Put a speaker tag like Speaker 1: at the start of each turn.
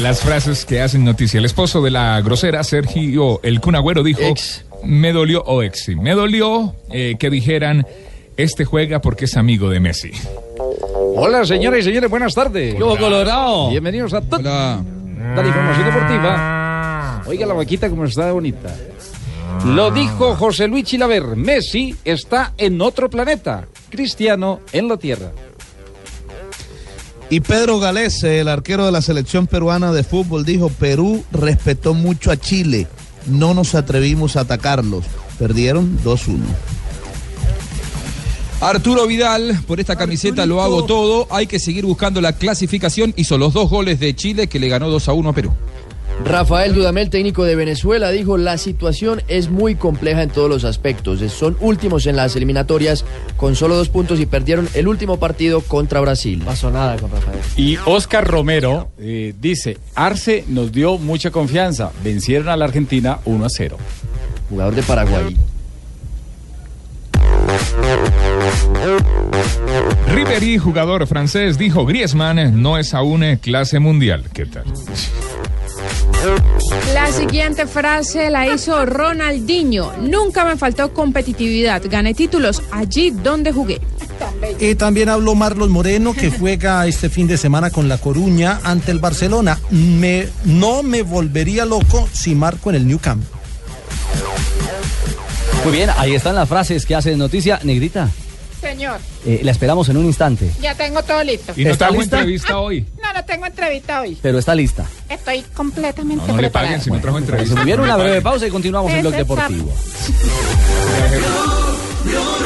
Speaker 1: Las frases que hacen noticia. El esposo de la grosera, Sergio El Cunagüero, dijo:
Speaker 2: Ex.
Speaker 1: Me dolió, o ex, sí, me dolió eh, que dijeran: Este juega porque es amigo de Messi.
Speaker 2: Hola, señoras y señores, buenas tardes.
Speaker 3: ¡Yo, Colorado!
Speaker 2: Bienvenidos a toda la información deportiva. Oiga la vaquita como está de bonita. Lo dijo José Luis Chilaver, Messi está en otro planeta, Cristiano en la Tierra.
Speaker 4: Y Pedro Galés, el arquero de la selección peruana de fútbol, dijo, Perú respetó mucho a Chile, no nos atrevimos a atacarlos. Perdieron 2-1.
Speaker 5: Arturo Vidal, por esta camiseta lo hago todo. Hay que seguir buscando la clasificación. Hizo los dos goles de Chile que le ganó 2 a 1 a Perú.
Speaker 3: Rafael Dudamel, técnico de Venezuela, dijo la situación es muy compleja en todos los aspectos. Son últimos en las eliminatorias con solo dos puntos y perdieron el último partido contra Brasil.
Speaker 6: pasó nada con Rafael.
Speaker 7: Y Oscar Romero eh, dice, Arce nos dio mucha confianza, vencieron a la Argentina 1 a 0.
Speaker 3: Jugador de Paraguay.
Speaker 1: Ribery, jugador francés, dijo: Griezmann no es aún eh, clase mundial. ¿Qué tal?
Speaker 8: La siguiente frase la hizo Ronaldinho. Nunca me faltó competitividad. Gané títulos allí donde jugué.
Speaker 9: Y también habló Marlos Moreno, que juega este fin de semana con La Coruña ante el Barcelona. Me, no me volvería loco si marco en el New Camp.
Speaker 10: Muy bien, ahí están las frases que hacen noticia. Negrita,
Speaker 8: Señor,
Speaker 10: eh, la esperamos en un instante,
Speaker 8: ya tengo todo listo.
Speaker 1: Y no
Speaker 10: ¿Está
Speaker 1: trajo
Speaker 10: lista?
Speaker 1: entrevista hoy.
Speaker 8: No, no tengo entrevista hoy.
Speaker 10: pero está lista.
Speaker 8: Estoy completamente
Speaker 1: No, no le paguen si no trajo
Speaker 10: Se
Speaker 1: entrevista.
Speaker 10: movieron
Speaker 1: No
Speaker 10: una
Speaker 1: le
Speaker 10: breve
Speaker 1: paguen.
Speaker 10: pausa y continuamos en Blog
Speaker 8: Ese es
Speaker 10: Deportivo.
Speaker 1: Blog